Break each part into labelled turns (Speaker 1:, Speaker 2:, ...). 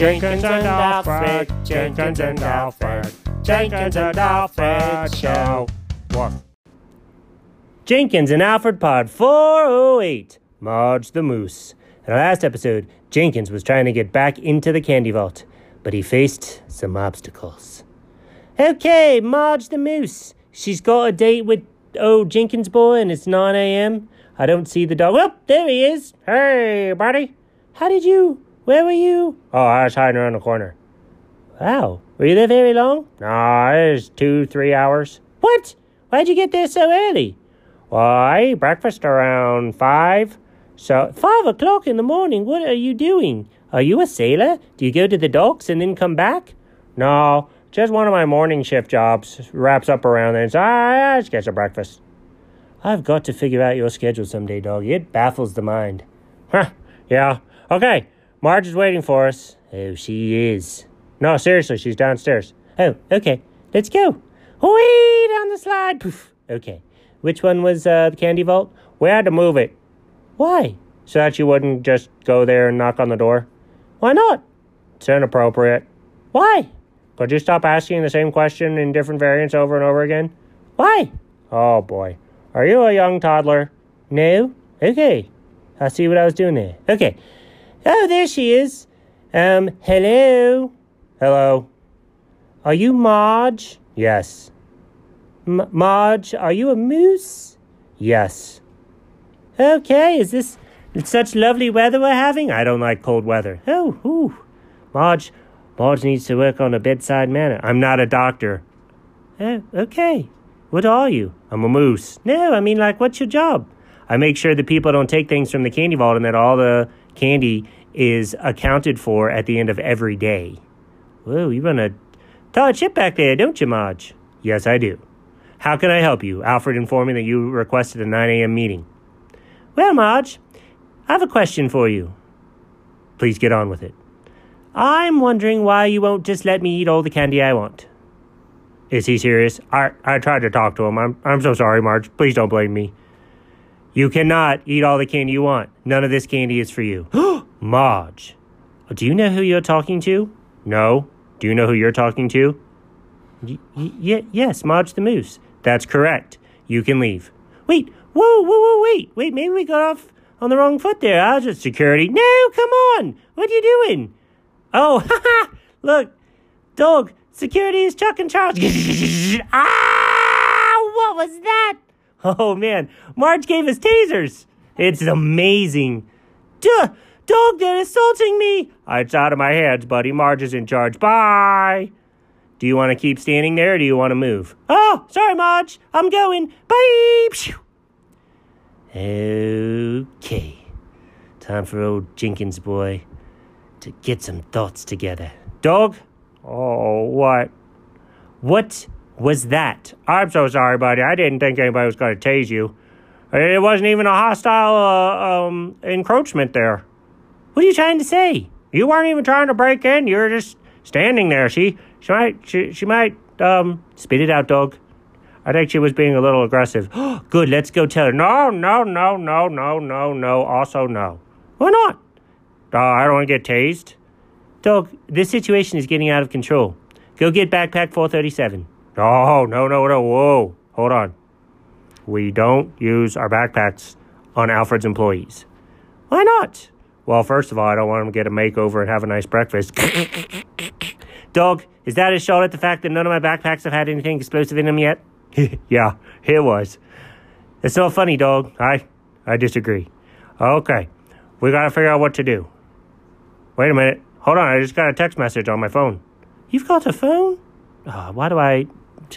Speaker 1: Jenkins and Alfred, Jenkins and Alfred, Jenkins and Alfred show. What? Jenkins and Alfred Pod 408. Marge the Moose. In the last episode, Jenkins was trying to get back into the candy vault, but he faced some obstacles. Okay, Marge the Moose. She's got a date with oh Jenkins boy, and it's 9 a.m. I don't see the dog. Oh, there he is. Hey, buddy. How did you? Where were you? Oh, I was hiding around the corner. Wow. Were you there very long? Nah, it was two, three hours. What? Why'd you get there so early? Well, I ate breakfast around five. So five o'clock in the morning. What are you doing? Are you a sailor? Do you go to the docks and then come back? No, just one of my morning shift jobs wraps up around then. So "Ah, I I just get some breakfast. I've got to figure out your schedule someday, dog. It baffles the mind. Huh? Yeah. Okay. Marge is waiting for us. Oh, she is. No, seriously, she's downstairs. Oh, okay. Let's go. Whee! Down the slide. Poof. Okay. Which one was uh, the candy vault? We had to move it. Why? So that you wouldn't just go there and knock on the door. Why not? It's inappropriate. Why? Could you stop asking the same question in different variants over and over again? Why? Oh boy. Are you a young toddler? No? Okay. I see what I was doing there. Okay. Oh, there she is. Um, hello? Hello. Are you Marge? Yes. M- Marge, are you a moose? Yes. Okay, is this it's such lovely weather we're having? I don't like cold weather. Oh, whew. Marge, Marge needs to work on a bedside manner. I'm not a doctor. Oh, okay. What are you? I'm a moose. No, I mean, like, what's your job? I make sure that people don't take things from the candy vault and that all the candy is accounted for at the end of every day. Whoa, you run a tight ship back there, don't you, Marge? Yes, I do. How can I help you? Alfred informed me that you requested a 9 a.m. meeting. Well, Marge, I have a question for you. Please get on with it. I'm wondering why you won't just let me eat all the candy I want. Is he serious? I, I tried to talk to him. I'm, I'm so sorry, Marge. Please don't blame me. You cannot eat all the candy you want. None of this candy is for you. Marge, do you know who you're talking to? No. Do you know who you're talking to? Y- y- y- yes, Marge the Moose. That's correct. You can leave. Wait, whoa, whoa, whoa, wait, wait, maybe we got off on the wrong foot there. I was just security. No, come on! What are you doing? Oh, haha! Look, dog, security is Chuck and Charles. ah! What was that? Oh man, Marge gave us tasers. It's amazing. Duh, dog, they're assaulting me. It's out of my hands, buddy. Marge is in charge. Bye. Do you want to keep standing there or do you want to move? Oh, sorry, Marge. I'm going. Bye. Phew. Okay. Time for old Jenkins boy to get some thoughts together. Dog? Oh, what? What was that? I'm so sorry, buddy. I didn't think anybody was going to tase you. It wasn't even a hostile uh, um, encroachment there. What are you trying to say? You weren't even trying to break in. You were just standing there. She, she might, she, she might, um, spit it out, dog. I think she was being a little aggressive. Good, let's go tell her. No, no, no, no, no, no, no. Also, no. Why not? Uh, I don't want to get tased. Dog, this situation is getting out of control. Go get backpack 437. No, no, no, no. Whoa. Hold on. We don't use our backpacks on Alfred's employees. Why not? Well, first of all, I don't want him to get a makeover and have a nice breakfast. Dog, is that a shot at the fact that none of my backpacks have had anything explosive in them yet? yeah, it was. It's not funny, dog. I I disagree. Okay. We gotta figure out what to do. Wait a minute. Hold on, I just got a text message on my phone. You've got a phone? Uh, why do I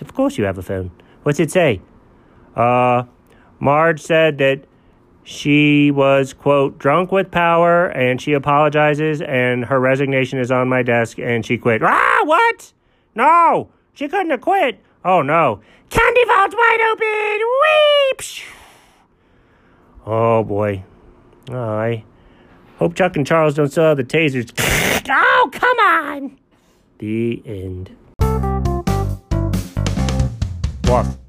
Speaker 1: of course you have a phone. What's it say? Uh Marge said that she was quote drunk with power and she apologizes and her resignation is on my desk and she quit ah what no she couldn't have quit oh no candy vault's wide open weep oh boy oh, i hope chuck and charles don't still have the tasers oh come on the end what